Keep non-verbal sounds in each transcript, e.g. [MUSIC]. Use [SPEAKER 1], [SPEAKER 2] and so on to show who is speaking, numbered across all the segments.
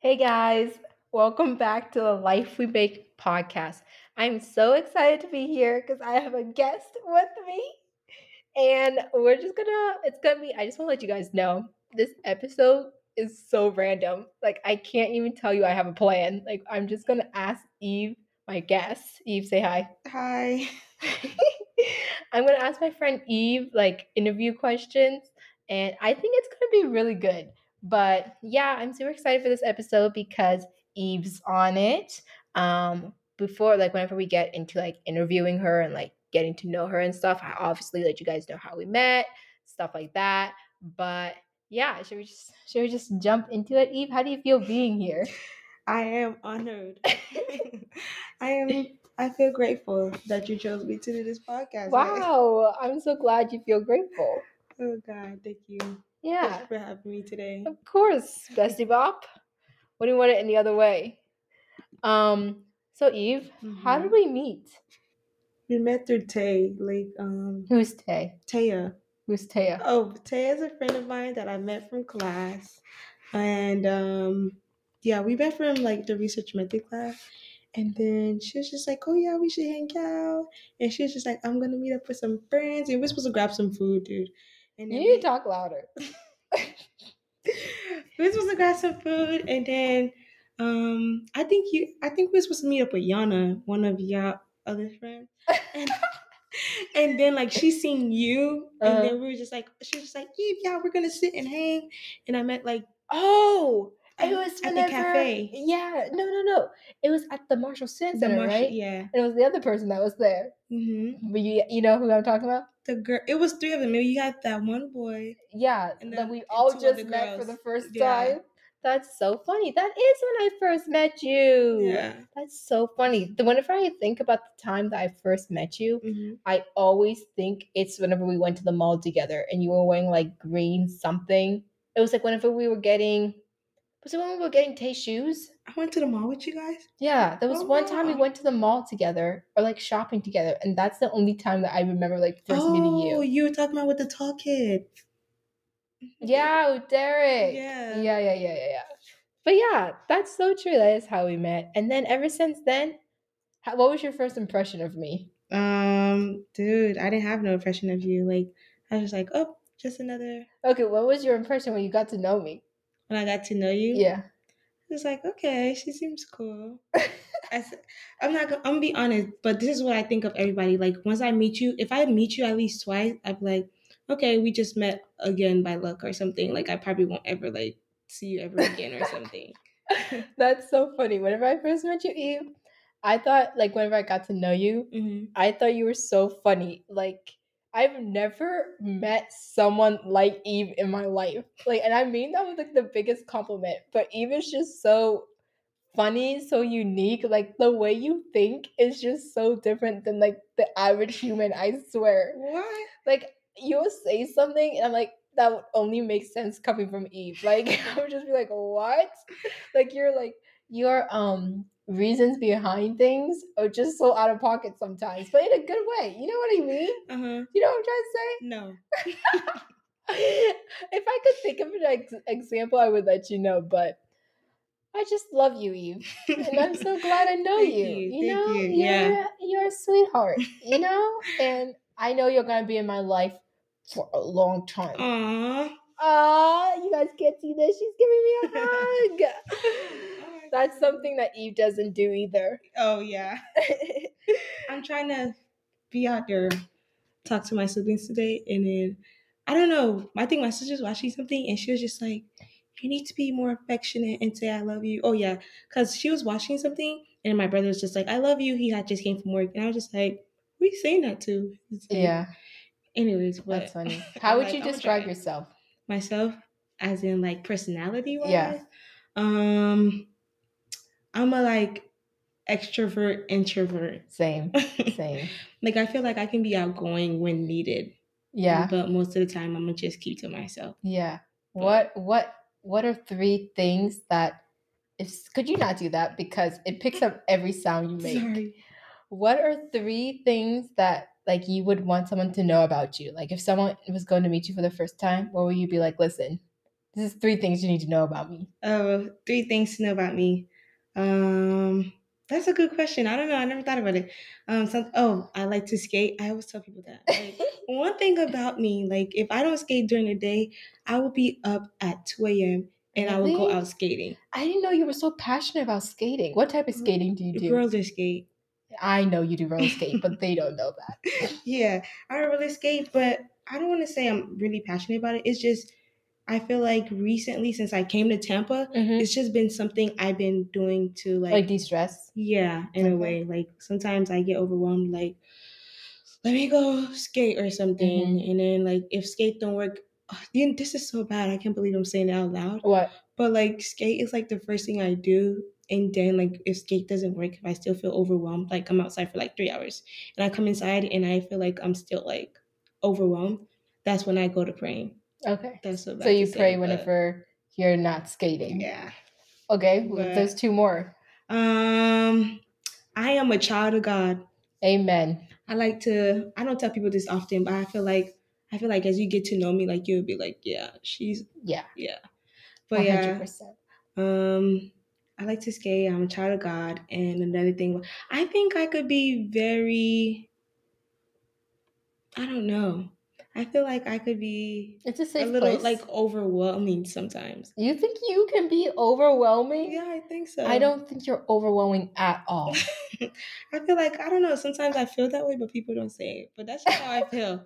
[SPEAKER 1] Hey guys, welcome back to the Life We Make podcast. I'm so excited to be here because I have a guest with me. And we're just gonna, it's gonna be, I just wanna let you guys know this episode is so random. Like, I can't even tell you I have a plan. Like, I'm just gonna ask Eve, my guest. Eve, say hi.
[SPEAKER 2] Hi.
[SPEAKER 1] [LAUGHS] I'm gonna ask my friend Eve like interview questions, and I think it's gonna be really good. But yeah, I'm super excited for this episode because Eve's on it. Um, before like whenever we get into like interviewing her and like getting to know her and stuff, I obviously let you guys know how we met, stuff like that. But yeah, should we just should we just jump into it, Eve? How do you feel being here?
[SPEAKER 2] I am
[SPEAKER 1] [LAUGHS]
[SPEAKER 2] honored. [LAUGHS] I am I feel grateful that you chose me to do this podcast. Like,
[SPEAKER 1] Wow, I'm so glad you feel grateful.
[SPEAKER 2] oh god, thank you. Thank
[SPEAKER 1] Yeah.
[SPEAKER 2] you for having me today.
[SPEAKER 1] Of course, Bestie Bop. Wouldn't want it any other way. Um. So Eve, how did
[SPEAKER 2] Mhm.
[SPEAKER 1] we meet?
[SPEAKER 2] We met through Tay, like um
[SPEAKER 1] Who's Tay?
[SPEAKER 2] Taya.
[SPEAKER 1] Who's Taya?
[SPEAKER 2] Oh, Taya's a friend of mine that I met from class. And um yeah, we met from like the research method class. And then she was just like, Oh yeah, we should hang out. And she was just like, I'm gonna meet up with some friends and we're supposed to grab some food, dude. And
[SPEAKER 1] You
[SPEAKER 2] then
[SPEAKER 1] need
[SPEAKER 2] we-
[SPEAKER 1] to talk louder.
[SPEAKER 2] we were supposed to grab some food and then um I think you I think we were supposed to meet up with Yana, one of y'all other friends.
[SPEAKER 1] [LAUGHS]
[SPEAKER 2] And, and then like she seen you and
[SPEAKER 1] Uh-huh.
[SPEAKER 2] then we were just like she was just like, Eve, yeah, we're gonna sit and hang. And I met like
[SPEAKER 1] Oh, it
[SPEAKER 2] At-
[SPEAKER 1] was
[SPEAKER 2] at the
[SPEAKER 1] whenever,
[SPEAKER 2] cafe.
[SPEAKER 1] Yeah. No, no, no. It was at the Marshall Sense
[SPEAKER 2] the
[SPEAKER 1] Center,
[SPEAKER 2] marsh-
[SPEAKER 1] right?
[SPEAKER 2] yeah.
[SPEAKER 1] And it was the other person that was there.
[SPEAKER 2] hmm
[SPEAKER 1] But you, you know who I'm talking about?
[SPEAKER 2] The girl it was three of them. Maybe you had that one boy.
[SPEAKER 1] Yeah,
[SPEAKER 2] And
[SPEAKER 1] that
[SPEAKER 2] then
[SPEAKER 1] we
[SPEAKER 2] the
[SPEAKER 1] all
[SPEAKER 2] two
[SPEAKER 1] just
[SPEAKER 2] other
[SPEAKER 1] met for
[SPEAKER 2] girls.
[SPEAKER 1] the first
[SPEAKER 2] Yeah.
[SPEAKER 1] time. That's so funny. That is when I first met you.
[SPEAKER 2] Yeah.
[SPEAKER 1] That's so funny. The whenever I think about the time that I first met you,
[SPEAKER 2] Mhm.
[SPEAKER 1] I always think it's whenever we went to the mall together and you were wearing like green something. It was like whenever we were getting was it when we were getting Tay shoes?
[SPEAKER 2] I went to the mall with you guys.
[SPEAKER 1] Yeah, there was
[SPEAKER 2] Oh,
[SPEAKER 1] one time we
[SPEAKER 2] wow.
[SPEAKER 1] went to the mall together or like shopping together, and that's the only time that I remember like first
[SPEAKER 2] oh,
[SPEAKER 1] meeting you.
[SPEAKER 2] you were talking about with the tall kid.
[SPEAKER 1] Yeah, with Derek.
[SPEAKER 2] Yeah.
[SPEAKER 1] Yeah, yeah, yeah, yeah, yeah. But yeah, that's so true. That is how we met. And then ever since then, how, what was your first impression of me?
[SPEAKER 2] Um, dude, I didn't have no impression of you. Like, I was just like, oh, just another.
[SPEAKER 1] Okay, what was your impression when you got to know me?
[SPEAKER 2] When I got to know you,
[SPEAKER 1] Yeah.
[SPEAKER 2] I was like, okay, she
[SPEAKER 1] [LAUGHS]
[SPEAKER 2] seems cool. I s- I'm not. Gonna, I'm gonna be honest, but this is what I think of everybody. Like, once I meet you, if I meet you at least twice, I'd be like, okay, we just met again by luck or something. Like, I probably won't ever like see you ever again or something.
[SPEAKER 1] [LAUGHS] that's so funny. Whenever I first met you, Eve, I thought, like, whenever I got to know you, [LAUGHS]
[SPEAKER 2] hmm
[SPEAKER 1] I thought you were so funny. Like, I've never met someone like Eve in my life. Like, and I mean that with like the biggest compliment. But Eve is just so funny, so unique. Like the way you think is just so different than like the average human. I swear.
[SPEAKER 2] What?
[SPEAKER 1] Like you'll say something, and I'm like. That would only make sense coming from Eve. [LAUGHS] Like I would just be like, "What?" Like you're like your um reasons behind things are just so out of pocket sometimes, but in a good way. You know what I mean?
[SPEAKER 2] Uh huh.
[SPEAKER 1] You know what I'm trying to say? [LAUGHS]
[SPEAKER 2] No.
[SPEAKER 1] if I could think of an ex- example, I would let you know, but I just love you, Eve. And I'm
[SPEAKER 2] [LAUGHS]
[SPEAKER 1] so glad I know
[SPEAKER 2] Thank
[SPEAKER 1] you.
[SPEAKER 2] you,
[SPEAKER 1] You,
[SPEAKER 2] thank
[SPEAKER 1] know,
[SPEAKER 2] you,
[SPEAKER 1] You're,
[SPEAKER 2] yeah.
[SPEAKER 1] you're a sweetheart, you know? And I know you're going to be in my life for a long time.
[SPEAKER 2] Aww.
[SPEAKER 1] Ah, you guys can't see this. She's giving me a
[SPEAKER 2] [LAUGHS]
[SPEAKER 1] hug. That's something that Eve doesn't do either. [LAUGHS]
[SPEAKER 2] Oh yeah. I'm trying to be out there, talk to my siblings today, and then I don't know. I think my sister's watching something, and she was just like, "You need to be more affectionate and say I love you." Oh yeah, because she was watching something, and my brother was just like, "I love you." He had just came from work, and I was just like, "Who you saying that to?" It's like- Anyways, but
[SPEAKER 1] That's funny. How
[SPEAKER 2] I'm
[SPEAKER 1] would
[SPEAKER 2] like,
[SPEAKER 1] you
[SPEAKER 2] "I'ma
[SPEAKER 1] describe
[SPEAKER 2] try."
[SPEAKER 1] yourself?
[SPEAKER 2] myself as in like personality wise?
[SPEAKER 1] Yeah.
[SPEAKER 2] Um, I'm a like extrovert introvert. [LAUGHS]
[SPEAKER 1] Same, same.
[SPEAKER 2] Like I feel like I can be outgoing when needed.
[SPEAKER 1] Yeah,
[SPEAKER 2] But most of the time I'm gonna just keep to myself.
[SPEAKER 1] yeah. What,
[SPEAKER 2] But-
[SPEAKER 1] what, what are three things that? If could you not do that because it picks up every sound you make.
[SPEAKER 2] Sorry.
[SPEAKER 1] What are three things that like you would want someone to know about you? Like if someone was going to meet you for the first time, what would you be like? Listen, This is three things you need to know about me.
[SPEAKER 2] Oh, three things to know about me. Um, that's a good question. I don't know. I never thought about it. Um, some, oh, I like to skate. I always tell people that.
[SPEAKER 1] [LAUGHS]
[SPEAKER 2] Like, one thing about me, like if I don't skate during the day, I will be up at two a.m. and I will go
[SPEAKER 1] Really?
[SPEAKER 2] out skating,
[SPEAKER 1] I didn't know you were so passionate about skating. What type of
[SPEAKER 2] Mm-hmm.
[SPEAKER 1] skating do you do?
[SPEAKER 2] roller skate.
[SPEAKER 1] I know you do roller skate, but they don't know that.
[SPEAKER 2] Yeah, I roller skate, but I don't want to say I'm really passionate about it. It's just I feel like recently since I came to Tampa,
[SPEAKER 1] Mhm.
[SPEAKER 2] [LAUGHS] it's just been something I've been doing to like,
[SPEAKER 1] Like de stress.
[SPEAKER 2] yeah, in
[SPEAKER 1] Okay.
[SPEAKER 2] a way. Like sometimes I get overwhelmed, like let me go skate or something,
[SPEAKER 1] Mm-hmm.
[SPEAKER 2] and then like if skate don't work. ugh, then This is so bad. I can't believe I'm saying it out loud.
[SPEAKER 1] What?
[SPEAKER 2] But like skate is like the first thing I do. And then like if skate doesn't work, if I still feel overwhelmed, like I'm outside for like three hours and I come inside and I feel like I'm still like overwhelmed, that's when I go to praying.
[SPEAKER 1] Okay.
[SPEAKER 2] That's so bad.
[SPEAKER 1] So you
[SPEAKER 2] to say,
[SPEAKER 1] pray
[SPEAKER 2] but-
[SPEAKER 1] whenever you're not skating.
[SPEAKER 2] Yeah.
[SPEAKER 1] Okay. well,
[SPEAKER 2] But-
[SPEAKER 1] There's two more.
[SPEAKER 2] Um I am a child of God.
[SPEAKER 1] Amen.
[SPEAKER 2] I like to I don't tell people this often, but I feel like I feel like as you get to know me, like you'll be like, Yeah, she's
[SPEAKER 1] Yeah.
[SPEAKER 2] but yeah.
[SPEAKER 1] 100%.
[SPEAKER 2] Um, I like to skate. I'm a child of God. And another thing, I think I could be very. I don't know. I feel like I could be
[SPEAKER 1] It's a
[SPEAKER 2] a
[SPEAKER 1] safe
[SPEAKER 2] little
[SPEAKER 1] place.
[SPEAKER 2] like overwhelming sometimes.
[SPEAKER 1] you think you can be overwhelming?
[SPEAKER 2] Yeah, I think so.
[SPEAKER 1] I don't think you're overwhelming at
[SPEAKER 2] [LAUGHS]
[SPEAKER 1] all.
[SPEAKER 2] I feel like I don't know. Sometimes I feel that way, but people don't say it. But that's just how I
[SPEAKER 1] [LAUGHS]
[SPEAKER 2] feel.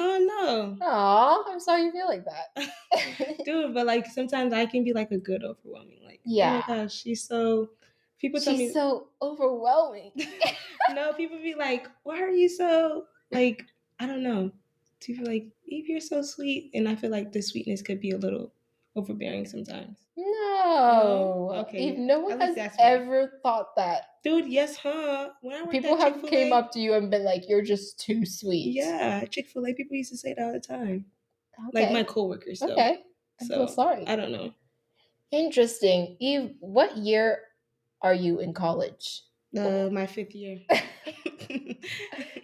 [SPEAKER 2] Oh
[SPEAKER 1] Aw, I'm sorry you feel like that.
[SPEAKER 2] no, dude. [LAUGHS] But like sometimes I can be like a good overwhelming. Like
[SPEAKER 1] Yeah.
[SPEAKER 2] oh my gosh, she's so. People tell
[SPEAKER 1] She's
[SPEAKER 2] me
[SPEAKER 1] so [LAUGHS] overwhelming.
[SPEAKER 2] no, people be like, why are you so like? I don't know. People like, Eve, you're so sweet, and I feel like the sweetness could be a little overbearing sometimes.
[SPEAKER 1] No.
[SPEAKER 2] Okay.
[SPEAKER 1] If no one
[SPEAKER 2] At least
[SPEAKER 1] has
[SPEAKER 2] that's me.
[SPEAKER 1] ever thought that.
[SPEAKER 2] Dude, yes, huh? When I worked
[SPEAKER 1] People
[SPEAKER 2] at
[SPEAKER 1] have came
[SPEAKER 2] Chick-fil-A-
[SPEAKER 1] up to you and been like, "You're just too sweet."
[SPEAKER 2] Yeah, Chick Fil A. People used to say that all the time.
[SPEAKER 1] Okay.
[SPEAKER 2] Like my coworkers. Though.
[SPEAKER 1] okay. I
[SPEAKER 2] So
[SPEAKER 1] feel sorry.
[SPEAKER 2] I don't know.
[SPEAKER 1] Interesting. Eve, what year are you in college?
[SPEAKER 2] Uh, my fifth year.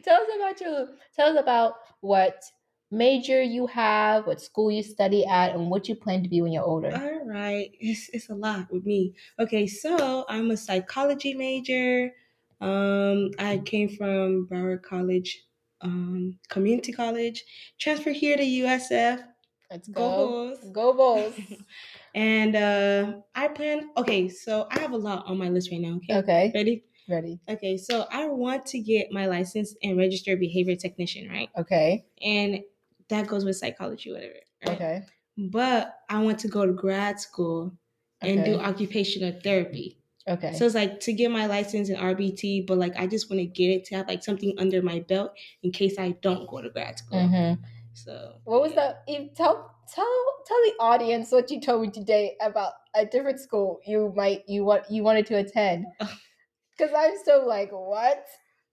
[SPEAKER 1] Tell us about your. Tell us about what major you have, what school you study at, and what you plan to be when you're older.
[SPEAKER 2] All right. It's, it's a lot with me. Okay, so I'm a psychology major. Um, I came from Broward College, um, community college, transferred here to USF.
[SPEAKER 1] Let's go.
[SPEAKER 2] Go Bulls.
[SPEAKER 1] Go
[SPEAKER 2] [LAUGHS]
[SPEAKER 1] Bulls.
[SPEAKER 2] And uh, I plan, okay, so I have a lot on my list right now. Okay.
[SPEAKER 1] okay.
[SPEAKER 2] Ready?
[SPEAKER 1] Ready.
[SPEAKER 2] Okay, so I want to get my license and register a behavior technician, right?
[SPEAKER 1] Okay.
[SPEAKER 2] And that goes with psychology, whatever. right?
[SPEAKER 1] Okay.
[SPEAKER 2] But I want to go to grad school and do
[SPEAKER 1] Okay.
[SPEAKER 2] occupational therapy.
[SPEAKER 1] Okay.
[SPEAKER 2] So it's like to get my license in RBT, but like I just want to get it to have like something under my belt in case I don't go to grad school.
[SPEAKER 1] hmm
[SPEAKER 2] So
[SPEAKER 1] What was
[SPEAKER 2] yeah.
[SPEAKER 1] that? Eve, tell tell tell the audience what you told me today about a different school you might you want you wanted to
[SPEAKER 2] [LAUGHS]
[SPEAKER 1] attend. Because I'm still like, what?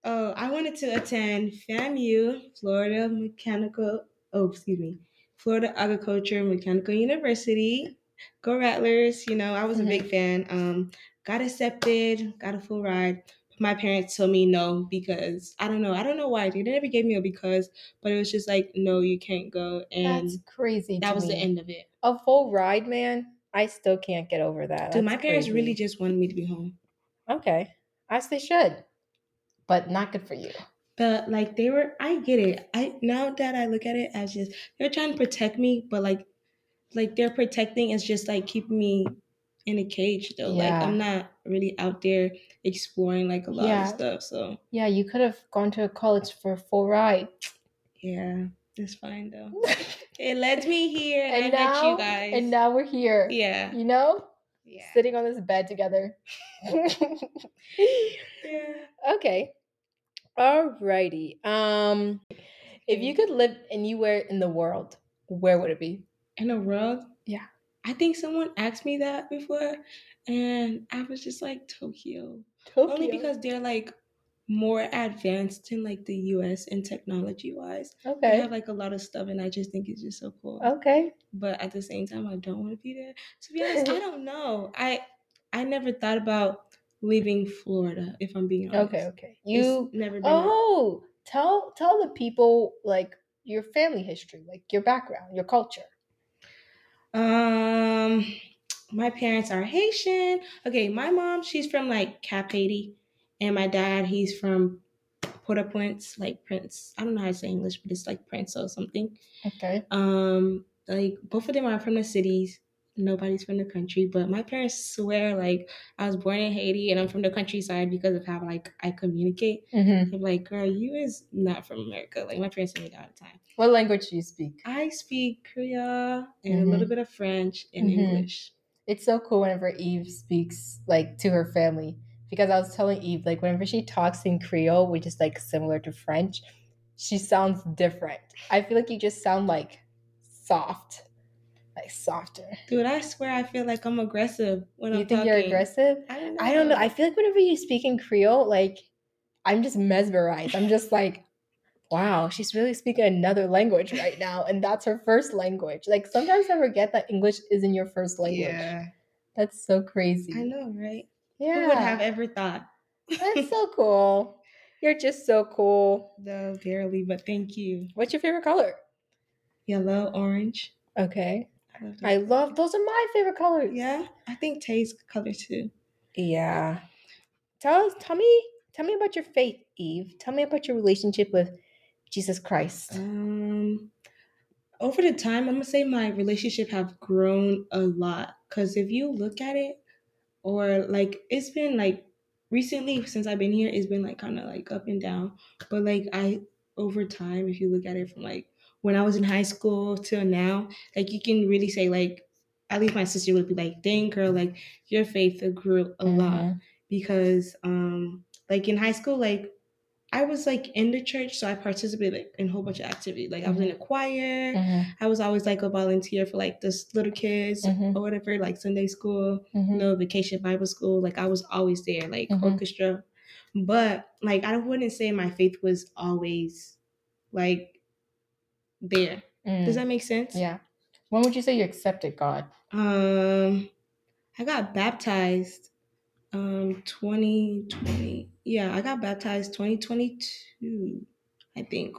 [SPEAKER 2] Oh, I wanted to attend FAMU, Florida Mechanical. Oh, excuse me, Florida Agriculture and Mechanical University. Go Rattlers! You know I was
[SPEAKER 1] Mhm.
[SPEAKER 2] a big fan. Um, got accepted, got a full ride. My parents told me no because I don't know. I don't know why they never gave me a because, but it was just like no, you can't go, and
[SPEAKER 1] That's crazy.
[SPEAKER 2] that
[SPEAKER 1] to
[SPEAKER 2] was the
[SPEAKER 1] me.
[SPEAKER 2] end of it.
[SPEAKER 1] A full ride, man. I still can't get over that.
[SPEAKER 2] Dude, my
[SPEAKER 1] That's
[SPEAKER 2] parents really
[SPEAKER 1] crazy.
[SPEAKER 2] just wanted me to be home.
[SPEAKER 1] okay. As they should, but not good for you.
[SPEAKER 2] But like they were, I get it. I now that I look at it as just they're trying to protect me, but like, like they're protecting is just like keeping me in a cage though.
[SPEAKER 1] Yeah.
[SPEAKER 2] Like I'm not really out there exploring like a lot
[SPEAKER 1] Yeah.
[SPEAKER 2] of stuff. So
[SPEAKER 1] Yeah, you could have gone to college for a full
[SPEAKER 2] [LAUGHS]
[SPEAKER 1] ride.
[SPEAKER 2] yeah, it's fine though.
[SPEAKER 1] [LAUGHS] and
[SPEAKER 2] It led me here, and, I met you guys.
[SPEAKER 1] and now we're here.
[SPEAKER 2] yeah,
[SPEAKER 1] You know,
[SPEAKER 2] yeah,
[SPEAKER 1] sitting on this bed
[SPEAKER 2] [LAUGHS]
[SPEAKER 1] together. [LAUGHS]
[SPEAKER 2] yeah.
[SPEAKER 1] Okay. Alrighty. Um if you could live anywhere in the world, where would it be?
[SPEAKER 2] In the world,
[SPEAKER 1] Yeah.
[SPEAKER 2] I think someone asked me that before, and I was just like Tokyo.
[SPEAKER 1] Tokyo.
[SPEAKER 2] only because they're like more advanced in like the US and technology wise. They
[SPEAKER 1] Okay. Oh.
[SPEAKER 2] have like a lot of stuff and I just think it's just so cool.
[SPEAKER 1] Okay.
[SPEAKER 2] But at the same time I don't want to be there. To
[SPEAKER 1] [LAUGHS]
[SPEAKER 2] be honest, I don't know. I I never thought about leaving Florida if I'm being honest.
[SPEAKER 1] Okay, okay.
[SPEAKER 2] It's
[SPEAKER 1] You
[SPEAKER 2] never been
[SPEAKER 1] Oh, tell tell the people like your family history, like your background, your culture.
[SPEAKER 2] Um, my parents are Haitian. Okay, my mom, she's from like Cap Haiti, and my dad, he's from Port-au-Prince, like Prince. I don't know how to say English, but it's like Prince or something.
[SPEAKER 1] Okay.
[SPEAKER 2] Um, like both of them are from the cities. Nobody's from the country, but my parents swear like I was born in Haiti and I'm from the countryside because of how like I communicate.
[SPEAKER 1] Mm-hmm.
[SPEAKER 2] I'm like, girl, you is not from America. Like my parents say that all the time.
[SPEAKER 1] What language do you speak?
[SPEAKER 2] I speak Creole and
[SPEAKER 1] Mhm.
[SPEAKER 2] a little bit of French and
[SPEAKER 1] Mhm.
[SPEAKER 2] English.
[SPEAKER 1] It's so cool whenever Eve speaks like to her family because I was telling Eve like whenever she talks in Creole, which is like similar to French, she sounds different. I feel like you just sound like soft, like softer.
[SPEAKER 2] Dude, I swear I feel like I'm aggressive when
[SPEAKER 1] you
[SPEAKER 2] I'm
[SPEAKER 1] think you're
[SPEAKER 2] talking.
[SPEAKER 1] aggressive?
[SPEAKER 2] I don't know.
[SPEAKER 1] I don't know. I feel like whenever you speak in Creole, like I'm just mesmerized. I'm just like, wow, she's really speaking another language right now, and that's her first language. Like sometimes I forget that English isn't your first language.
[SPEAKER 2] Yeah.
[SPEAKER 1] That's so crazy.
[SPEAKER 2] I know, right?
[SPEAKER 1] Yeah,
[SPEAKER 2] Who would have ever thought?
[SPEAKER 1] that's so cool. You're just so cool.
[SPEAKER 2] Though barely, but thank you.
[SPEAKER 1] What's your favorite color?
[SPEAKER 2] Yellow, orange.
[SPEAKER 1] Okay,
[SPEAKER 2] I love
[SPEAKER 1] I
[SPEAKER 2] those.
[SPEAKER 1] love those. Are my favorite colors.
[SPEAKER 2] Yeah, I think Tay's color too.
[SPEAKER 1] Yeah. Tell us, tell me, tell me about your faith, Eve. Tell me about your relationship with Jesus Christ.
[SPEAKER 2] Um, over the time, I'm gonna say my relationship have grown a lot. Cause if you look at it, or like it's been like recently since I've been here, it's been like kind of like up and down. But like I over time, if you look at it from like when I was in high school till now, like you can really say like at least my sister would be like, dang girl, like your faith grew a lot
[SPEAKER 1] Mhm.
[SPEAKER 2] because um like in high school like i was like in the church so i participated in a whole bunch of activity like i was in
[SPEAKER 1] Mm-hmm.
[SPEAKER 2] the choir
[SPEAKER 1] Mhm.
[SPEAKER 2] i was always like a volunteer for like this little kids
[SPEAKER 1] Mhm.
[SPEAKER 2] or whatever like sunday school
[SPEAKER 1] Mhm.
[SPEAKER 2] no vacation bible school like i was always there like
[SPEAKER 1] Mhm.
[SPEAKER 2] orchestra but like i wouldn't say my faith was always like there
[SPEAKER 1] Mm,
[SPEAKER 2] does that make sense
[SPEAKER 1] yeah. When would you say you accepted God?
[SPEAKER 2] Um, I got baptized um 2020. Yeah, I got baptized 2022, I think.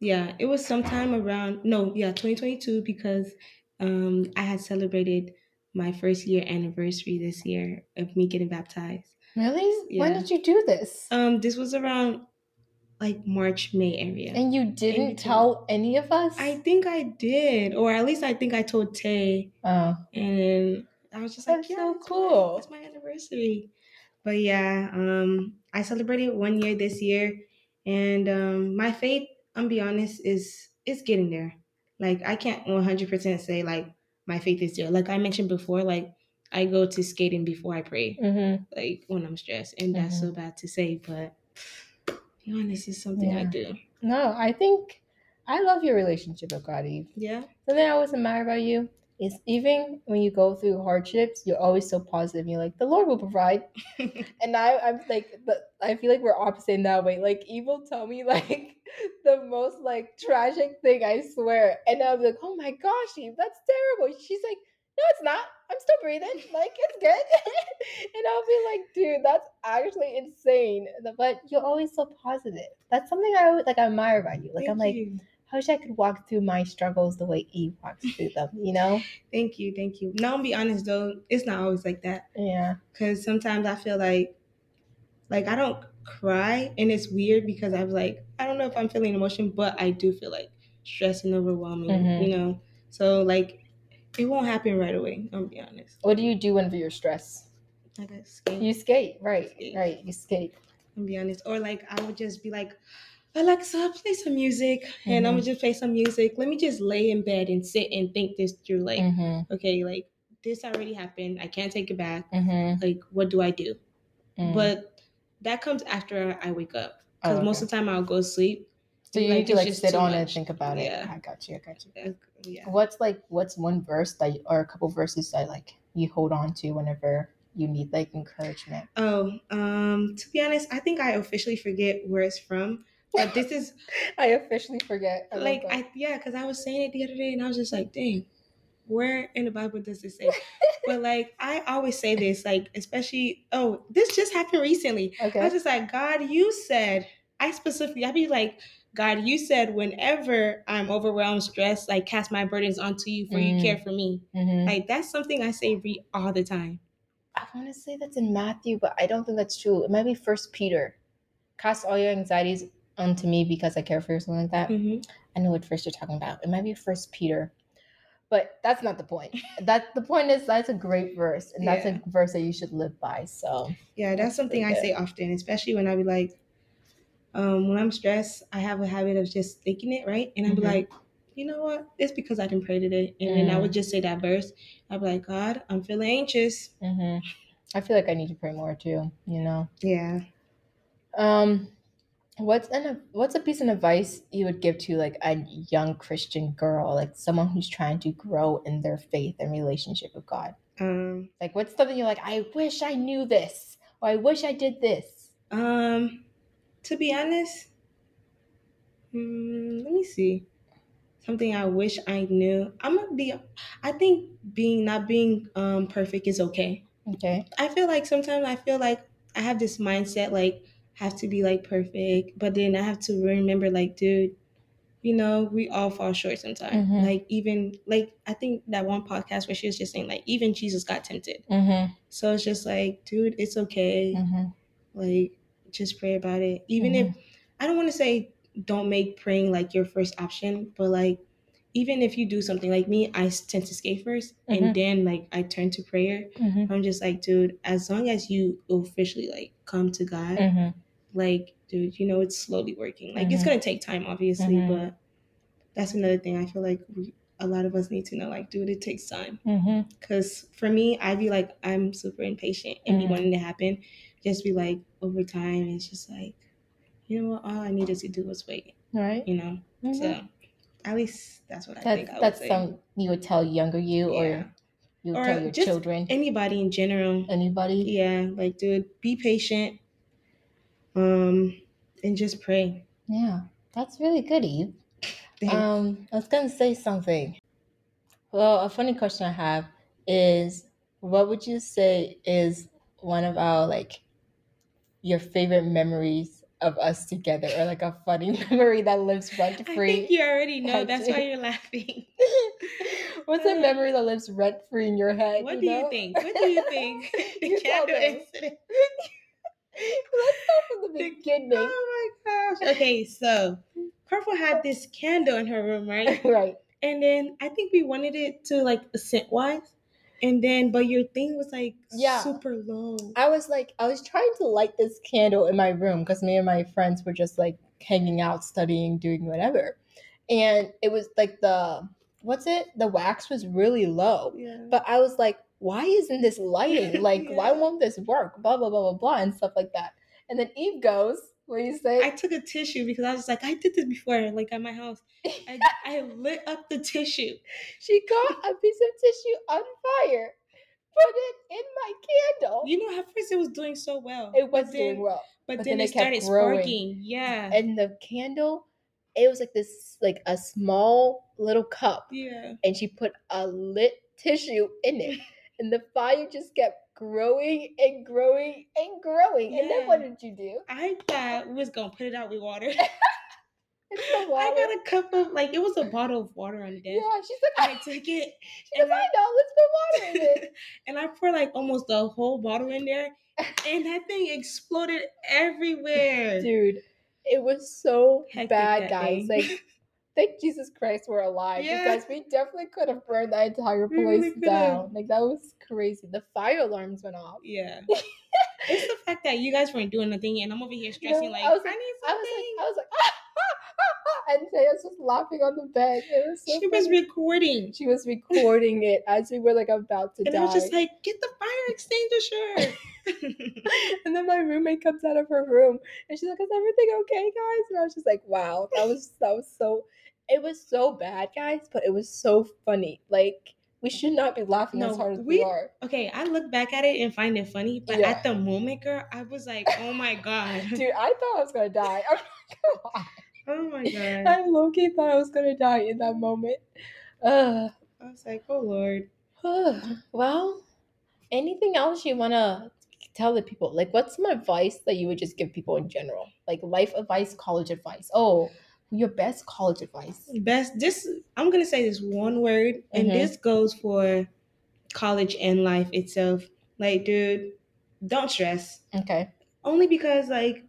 [SPEAKER 2] Yeah, it was sometime around no, yeah, 2022 because um I had celebrated my first year anniversary this year of me getting baptized.
[SPEAKER 1] Really? When
[SPEAKER 2] Yeah.
[SPEAKER 1] did you do this?
[SPEAKER 2] Um this was around like March, May area.
[SPEAKER 1] and you didn't
[SPEAKER 2] didn't.
[SPEAKER 1] tell any of us?
[SPEAKER 2] I think I did, or at least I think I told Tay.
[SPEAKER 1] oh.
[SPEAKER 2] and I was just
[SPEAKER 1] That's
[SPEAKER 2] like, yeah,
[SPEAKER 1] so
[SPEAKER 2] it's
[SPEAKER 1] cool.
[SPEAKER 2] My, it's my anniversary. But yeah, um, I celebrated one year this year, and um, my faith, I'm be honest, is it's getting there. Like I can't 100 percent say like my faith is there. Like I mentioned before, like I go to skating before I pray,
[SPEAKER 1] Mm-hmm.
[SPEAKER 2] like when I'm stressed, and that's so bad to say, but be honest, it's something I
[SPEAKER 1] Yeah.
[SPEAKER 2] do.
[SPEAKER 1] No, I think I love your relationship with God, Eve.
[SPEAKER 2] Yeah,
[SPEAKER 1] Something I always admire about you is even when you go through hardships, you're always so positive. You're like, the Lord will provide. and I, I'm like, the, I feel like we're opposite in that way. Like, Eve will tell me [LAUGHS] like the most like tragic thing, I swear. And I'm like, oh my gosh, Eve, that's terrible. She's like, no, it's not. I'm still breathing. Like, it's good. [LAUGHS] and I'll be like, dude, that's actually insane. But you're always so positive. That's something I always like admire about you. Like, I'm
[SPEAKER 2] Thank
[SPEAKER 1] like,
[SPEAKER 2] you.
[SPEAKER 1] I wish I could walk through my struggles the way Eve walks through them, you [LAUGHS] know?
[SPEAKER 2] thank you, thank you. Now, I'll be honest though, it's not always like that.
[SPEAKER 1] Yeah.
[SPEAKER 2] because sometimes I feel like like I don't cry and it's weird because I'm like I don't know if I'm feeling emotion, but I do feel like stressed and overwhelming,
[SPEAKER 1] Mhm.
[SPEAKER 2] you know. So like it won't happen right away. I'm gonna be honest.
[SPEAKER 1] What do you do whenever you're stressed?
[SPEAKER 2] Like I skate.
[SPEAKER 1] You skate, right?
[SPEAKER 2] Skate.
[SPEAKER 1] Right, you skate.
[SPEAKER 2] I'm gonna be honest, or like I would just be like. Alexa, play some music, and I'm gonna just play some music. Let me just lay in bed and sit and think this through. Like,
[SPEAKER 1] Mm-hmm.
[SPEAKER 2] okay, like this already happened. I can't take it back.
[SPEAKER 1] Mm-hmm. mm.
[SPEAKER 2] Like, what do I do? but that comes after I wake up
[SPEAKER 1] Oh,
[SPEAKER 2] because most of the time I'll go sleep.
[SPEAKER 1] so you
[SPEAKER 2] like,
[SPEAKER 1] need to
[SPEAKER 2] it's
[SPEAKER 1] like
[SPEAKER 2] just
[SPEAKER 1] sit
[SPEAKER 2] too
[SPEAKER 1] on it and
[SPEAKER 2] much.
[SPEAKER 1] think about it.
[SPEAKER 2] Yeah.
[SPEAKER 1] I got you. I got you.
[SPEAKER 2] Uh, Yeah.
[SPEAKER 1] What's like what's one verse that you, or a couple verses that like you hold on to whenever you need like encouragement?
[SPEAKER 2] Oh, um, to be honest, I think I officially forget where it's from. But this is
[SPEAKER 1] I officially forget. [LAUGHS] I love
[SPEAKER 2] like,
[SPEAKER 1] that.
[SPEAKER 2] I yeah, because I was saying it the other day, and I was just like, dang, where in the Bible does
[SPEAKER 1] [LAUGHS]
[SPEAKER 2] it say? but like, I always say this, like, especially oh, this just happened recently. I
[SPEAKER 1] okay.
[SPEAKER 2] was just like, God, you said I specifically, I'd be like, God, you said whenever I'm overwhelmed, stressed, like cast my burdens onto you, for
[SPEAKER 1] Mm.
[SPEAKER 2] you care for me.
[SPEAKER 1] Mhm.
[SPEAKER 2] Like that's something I say re- all the time.
[SPEAKER 1] I want to say that's in Matthew, but I don't think that's true. It might be First Peter. Cast all your anxieties onto me because I care for you, or something like that.
[SPEAKER 2] Mm-hmm.
[SPEAKER 1] I know what first you're talking about. It might be First Peter, but that's not the point. [LAUGHS] That the point is that's a great verse, and that's
[SPEAKER 2] Yeah.
[SPEAKER 1] a verse that you should live by. So
[SPEAKER 2] Yeah, that's something I say often, especially when I be like, um, when I'm stressed, I have a habit of just thinking it, right? And I'd be
[SPEAKER 1] Mhm.
[SPEAKER 2] like, you know what? It's because I didn't pray today. And then I would just say that verse. I'd be like, God, I'm feeling anxious.
[SPEAKER 1] mhm. I feel like I need to pray more too. You know,
[SPEAKER 2] Yeah.
[SPEAKER 1] um, what's an what's a piece of advice you would give to like a young Christian girl, like someone who's trying to grow in their faith and relationship with God?
[SPEAKER 2] Um,
[SPEAKER 1] Like, what's something you're like, I wish I knew this, or I wish I did this?
[SPEAKER 2] um, to be honest, mm, let me see. Something I wish I knew. I'm gonna be. I think being not being um perfect is okay.
[SPEAKER 1] Okay.
[SPEAKER 2] I feel like sometimes I feel like I have this mindset like have to be like perfect, but then I have to remember like, dude, you know, we all fall short sometimes.
[SPEAKER 1] Mhm.
[SPEAKER 2] Like even like I think that one podcast where she was just saying like even Jesus got tempted.
[SPEAKER 1] Mm-hmm.
[SPEAKER 2] So it's just like, dude, it's okay.
[SPEAKER 1] Mm-hmm.
[SPEAKER 2] Like just pray about it. Even if I don't want to say don't make praying like your first option, but like even if you do something like me, I tend to skate 1st
[SPEAKER 1] Mhm.
[SPEAKER 2] and then like I turn to prayer.
[SPEAKER 1] Mm-hmm.
[SPEAKER 2] I'm just like, dude, as long as you officially like come to God,
[SPEAKER 1] Mm-hmm.
[SPEAKER 2] like, dude, you know, it's slowly working. Like, it's
[SPEAKER 1] Mhm.
[SPEAKER 2] gonna take time, obviously,
[SPEAKER 1] Mhm.
[SPEAKER 2] but that's another thing I feel like we, a lot of us need to know. Like, dude, it takes time.
[SPEAKER 1] Mm-hmm.
[SPEAKER 2] Cause for me, I'd be like, I'm super impatient and
[SPEAKER 1] Mhm.
[SPEAKER 2] be wanting to happen. Just be like, over time, it's just like, you know what? All I needed to do was wait,
[SPEAKER 1] Right.
[SPEAKER 2] you know?
[SPEAKER 1] Mhm.
[SPEAKER 2] So, at least that's what I
[SPEAKER 1] That's
[SPEAKER 2] think I
[SPEAKER 1] that's
[SPEAKER 2] would say.
[SPEAKER 1] something you would tell younger you,
[SPEAKER 2] Yeah.
[SPEAKER 1] or you would
[SPEAKER 2] Or
[SPEAKER 1] tell your
[SPEAKER 2] just
[SPEAKER 1] children,
[SPEAKER 2] Anybody in general,
[SPEAKER 1] anybody.
[SPEAKER 2] yeah like dude be patient um and just pray
[SPEAKER 1] Yeah, that's really good, Eve. Um, I was gonna say something. Well, a funny question I have is, what would you say is one of our like your favorite memories of us together, or like a funny [LAUGHS] memory that lives rent
[SPEAKER 2] i
[SPEAKER 1] free?
[SPEAKER 2] think you already know
[SPEAKER 1] I
[SPEAKER 2] that's
[SPEAKER 1] do.
[SPEAKER 2] why you're laughing
[SPEAKER 1] [LAUGHS] What's a
[SPEAKER 2] Uh,
[SPEAKER 1] memory that lives rent free in your head?
[SPEAKER 2] what
[SPEAKER 1] you
[SPEAKER 2] do you
[SPEAKER 1] know? [LAUGHS]
[SPEAKER 2] think what do [LAUGHS] you think the
[SPEAKER 1] You tell
[SPEAKER 2] candle
[SPEAKER 1] them. [LAUGHS]
[SPEAKER 2] incident
[SPEAKER 1] Let's start from the
[SPEAKER 2] The-
[SPEAKER 1] beginning. [LAUGHS]
[SPEAKER 2] oh my gosh okay so purple had this candle in her room right
[SPEAKER 1] [LAUGHS] right.
[SPEAKER 2] and then i think we wanted it to like a scent wise and then but your thing was like
[SPEAKER 1] Yeah.
[SPEAKER 2] super low
[SPEAKER 1] I was like, I was trying to light this candle in my room because me and my friends were just like hanging out, studying, doing whatever. And it was like the, what's it? The wax was really low.
[SPEAKER 2] yeah
[SPEAKER 1] But I was like, why isn't this
[SPEAKER 2] [LAUGHS]
[SPEAKER 1] lighting? Like, why
[SPEAKER 2] Yeah.
[SPEAKER 1] won't this work? Blah, blah, blah, blah, blah, and stuff like that. And then Eve goes, what do you say?
[SPEAKER 2] I took a tissue because I was just like, I did this before, like at my house. I, I lit up the tissue.
[SPEAKER 1] she caught a piece of tissue on fire, put it in my candle.
[SPEAKER 2] You know, at first it was doing so well.
[SPEAKER 1] it was
[SPEAKER 2] but then,
[SPEAKER 1] doing well.
[SPEAKER 2] But,
[SPEAKER 1] but
[SPEAKER 2] then,
[SPEAKER 1] then
[SPEAKER 2] it
[SPEAKER 1] it kept
[SPEAKER 2] started
[SPEAKER 1] growing.
[SPEAKER 2] sparking. Yeah.
[SPEAKER 1] and the candle it was like this like a small little cup
[SPEAKER 2] yeah.
[SPEAKER 1] and she put a lit tissue in
[SPEAKER 2] [LAUGHS]
[SPEAKER 1] it and the fire just kept growing and growing and growing and then what
[SPEAKER 2] Yeah.
[SPEAKER 1] did you do
[SPEAKER 2] I thought we was gonna put it out with
[SPEAKER 1] [LAUGHS]
[SPEAKER 2] water.
[SPEAKER 1] it's the water
[SPEAKER 2] I got a cup of like it was a bottle of water on the desk.
[SPEAKER 1] yeah she's like
[SPEAKER 2] I
[SPEAKER 1] i,
[SPEAKER 2] took it
[SPEAKER 1] she goes,
[SPEAKER 2] and
[SPEAKER 1] I
[SPEAKER 2] I
[SPEAKER 1] know let's [LAUGHS] put water in it
[SPEAKER 2] [LAUGHS] and I poured like almost the whole bottle in there,
[SPEAKER 1] [LAUGHS]
[SPEAKER 2] and that thing exploded [LAUGHS] everywhere.
[SPEAKER 1] dude it was so
[SPEAKER 2] Hectic
[SPEAKER 1] bad
[SPEAKER 2] that
[SPEAKER 1] guys
[SPEAKER 2] day. [LAUGHS]
[SPEAKER 1] like thank jesus christ we're alive
[SPEAKER 2] Yeah.
[SPEAKER 1] because we definitely could have burned that entire
[SPEAKER 2] We
[SPEAKER 1] place
[SPEAKER 2] really could've.
[SPEAKER 1] down like that was crazy the fire alarms went off [LAUGHS]
[SPEAKER 2] Yeah. it's the fact that you guys weren't doing nothing and I'm over here stressing
[SPEAKER 1] No,
[SPEAKER 2] like
[SPEAKER 1] I
[SPEAKER 2] I,
[SPEAKER 1] was like-
[SPEAKER 2] need
[SPEAKER 1] I
[SPEAKER 2] something.
[SPEAKER 1] was like, I was like, ah, [LAUGHS] and Taya was just laughing on the bed. It was so
[SPEAKER 2] she was
[SPEAKER 1] funny.
[SPEAKER 2] recording.
[SPEAKER 1] she was recording it as we were like about to
[SPEAKER 2] And
[SPEAKER 1] die.
[SPEAKER 2] I was just like, get the fire
[SPEAKER 1] [LAUGHS]
[SPEAKER 2] extinguisher. [LAUGHS]
[SPEAKER 1] and then my roommate comes out of her room and she's like, "Is everything okay, guys?" And I was just like, "Wow, that was that was so, it was so bad, guys, but it was so funny. Like we should not be laughing
[SPEAKER 2] No,
[SPEAKER 1] as hard as we,
[SPEAKER 2] we-
[SPEAKER 1] [LAUGHS] are.
[SPEAKER 2] okay, I look back at it and find it funny, but
[SPEAKER 1] Yeah.
[SPEAKER 2] at the moment, girl, I was like, oh my God.
[SPEAKER 1] [LAUGHS] Dude, I thought I was gonna die. [LAUGHS] I'm not gonna lie.
[SPEAKER 2] [LAUGHS] oh my God.
[SPEAKER 1] [LAUGHS] I low key thought I was gonna die in that moment. Ugh. [SIGHS]
[SPEAKER 2] I was like, oh Lord.
[SPEAKER 1] well, anything else you want to tell the people? Like, what's some advice that you would just give people in general? Like life advice, college advice. Oh, your best college advice.
[SPEAKER 2] Best this I'm gonna say this one word, and
[SPEAKER 1] Mhm.
[SPEAKER 2] this goes for college and life itself. Like, dude, don't stress.
[SPEAKER 1] Okay.
[SPEAKER 2] Only because like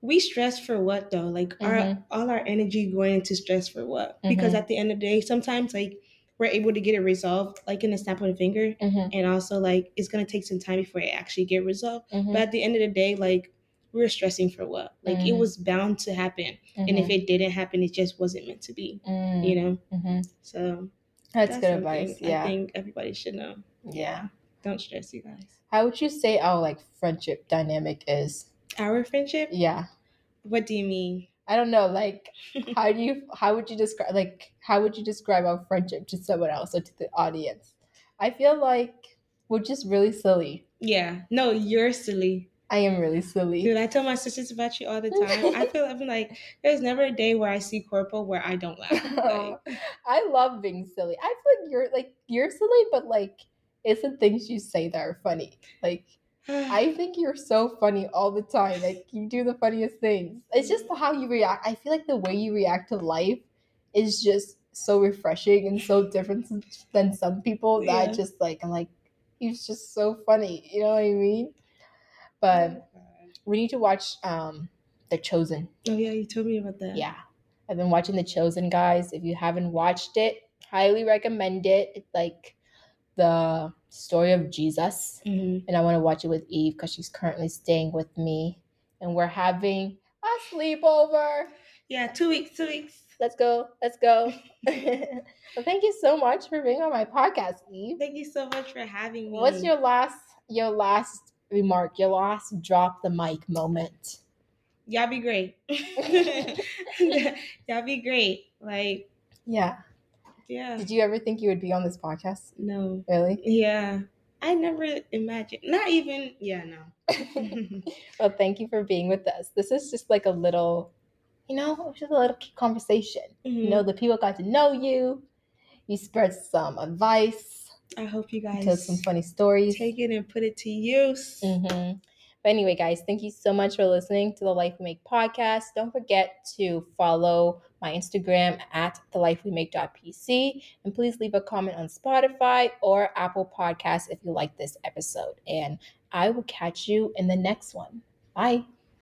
[SPEAKER 2] we stress for what though? Like our
[SPEAKER 1] Mhm.
[SPEAKER 2] all our energy going into stress for what? Because
[SPEAKER 1] Mhm.
[SPEAKER 2] at the end of the day, sometimes like we're able to get it resolved like in a snap of a finger.
[SPEAKER 1] Mm-hmm.
[SPEAKER 2] And also like it's gonna take some time before it actually get resolved.
[SPEAKER 1] Mm-hmm.
[SPEAKER 2] But at the end of the day, like we were stressing for what? Like it
[SPEAKER 1] Mhm.
[SPEAKER 2] was bound to happen.
[SPEAKER 1] Mm-hmm.
[SPEAKER 2] And if it didn't happen, it just wasn't meant to be. You know?
[SPEAKER 1] hmm
[SPEAKER 2] So
[SPEAKER 1] That's, good
[SPEAKER 2] something
[SPEAKER 1] advice.
[SPEAKER 2] I
[SPEAKER 1] Yeah.
[SPEAKER 2] think everybody should know.
[SPEAKER 1] Yeah.
[SPEAKER 2] Don't stress you guys.
[SPEAKER 1] How would you say our like friendship dynamic is?
[SPEAKER 2] Our friendship?
[SPEAKER 1] Yeah.
[SPEAKER 2] What do you mean?
[SPEAKER 1] I don't know.
[SPEAKER 2] [LAUGHS]
[SPEAKER 1] Like, how do you? How would you describe? Like, how would you describe our friendship to someone else or to the audience? I feel like we're just really silly.
[SPEAKER 2] Yeah. No, you're silly.
[SPEAKER 1] I am really silly. [LAUGHS]
[SPEAKER 2] Dude, I tell my sisters about you all the time. I feel I'm like, there's never a day where I see Corporal where I
[SPEAKER 1] [LAUGHS]
[SPEAKER 2] don't laugh. Like,
[SPEAKER 1] I love being silly. I feel like you're like you're silly, but like it's the things you say that are funny. Like
[SPEAKER 2] [SIGHS]
[SPEAKER 1] I think you're so funny all the time. Like you do the funniest things. It's just how you react. I feel like the way you react to life is just so refreshing and so different s- than some people that
[SPEAKER 2] Yeah.
[SPEAKER 1] I just like I'm like he's just so funny. You know what I mean? But we need to watch um The Chosen.
[SPEAKER 2] Oh yeah, you told me about that.
[SPEAKER 1] Yeah. I've been watching The Chosen, guys. If you haven't watched it, highly recommend it. It's like the story of Jesus.
[SPEAKER 2] Mhm.
[SPEAKER 1] And I want to watch it with Eve because she's currently staying with me. And we're having a sleepover.
[SPEAKER 2] Yeah, two weeks, two weeks.
[SPEAKER 1] Let's go. Let's go. [LAUGHS] well, thank you so much for being on my podcast, Eve.
[SPEAKER 2] Thank you so much for having me.
[SPEAKER 1] What's your last your last remark, your last drop the mic moment?
[SPEAKER 2] y'all be great.
[SPEAKER 1] [LAUGHS]
[SPEAKER 2] [LAUGHS] y'all be great. Like,
[SPEAKER 1] Yeah.
[SPEAKER 2] yeah.
[SPEAKER 1] Did you ever think you would be on this podcast?
[SPEAKER 2] No.
[SPEAKER 1] Really?
[SPEAKER 2] Yeah. I never imagined. Not even. Yeah,
[SPEAKER 1] [LAUGHS]
[SPEAKER 2] [LAUGHS] Mm-hmm. no.
[SPEAKER 1] Well, thank you for being with us. This is just like a little, you know, it was just a little conversation. You know, the people got to know you. You spread some advice,
[SPEAKER 2] I hope you
[SPEAKER 1] you told
[SPEAKER 2] guys
[SPEAKER 1] some funny stories.
[SPEAKER 2] take it and put it to use.
[SPEAKER 1] Mhm. But anyway, guys, thank you so much for listening to the Life We Make podcast. Don't forget to follow my Instagram at thelifewemake.pc. And please leave a comment on Spotify or Apple Podcasts if you like this episode. And I will catch you in the next one. Bye.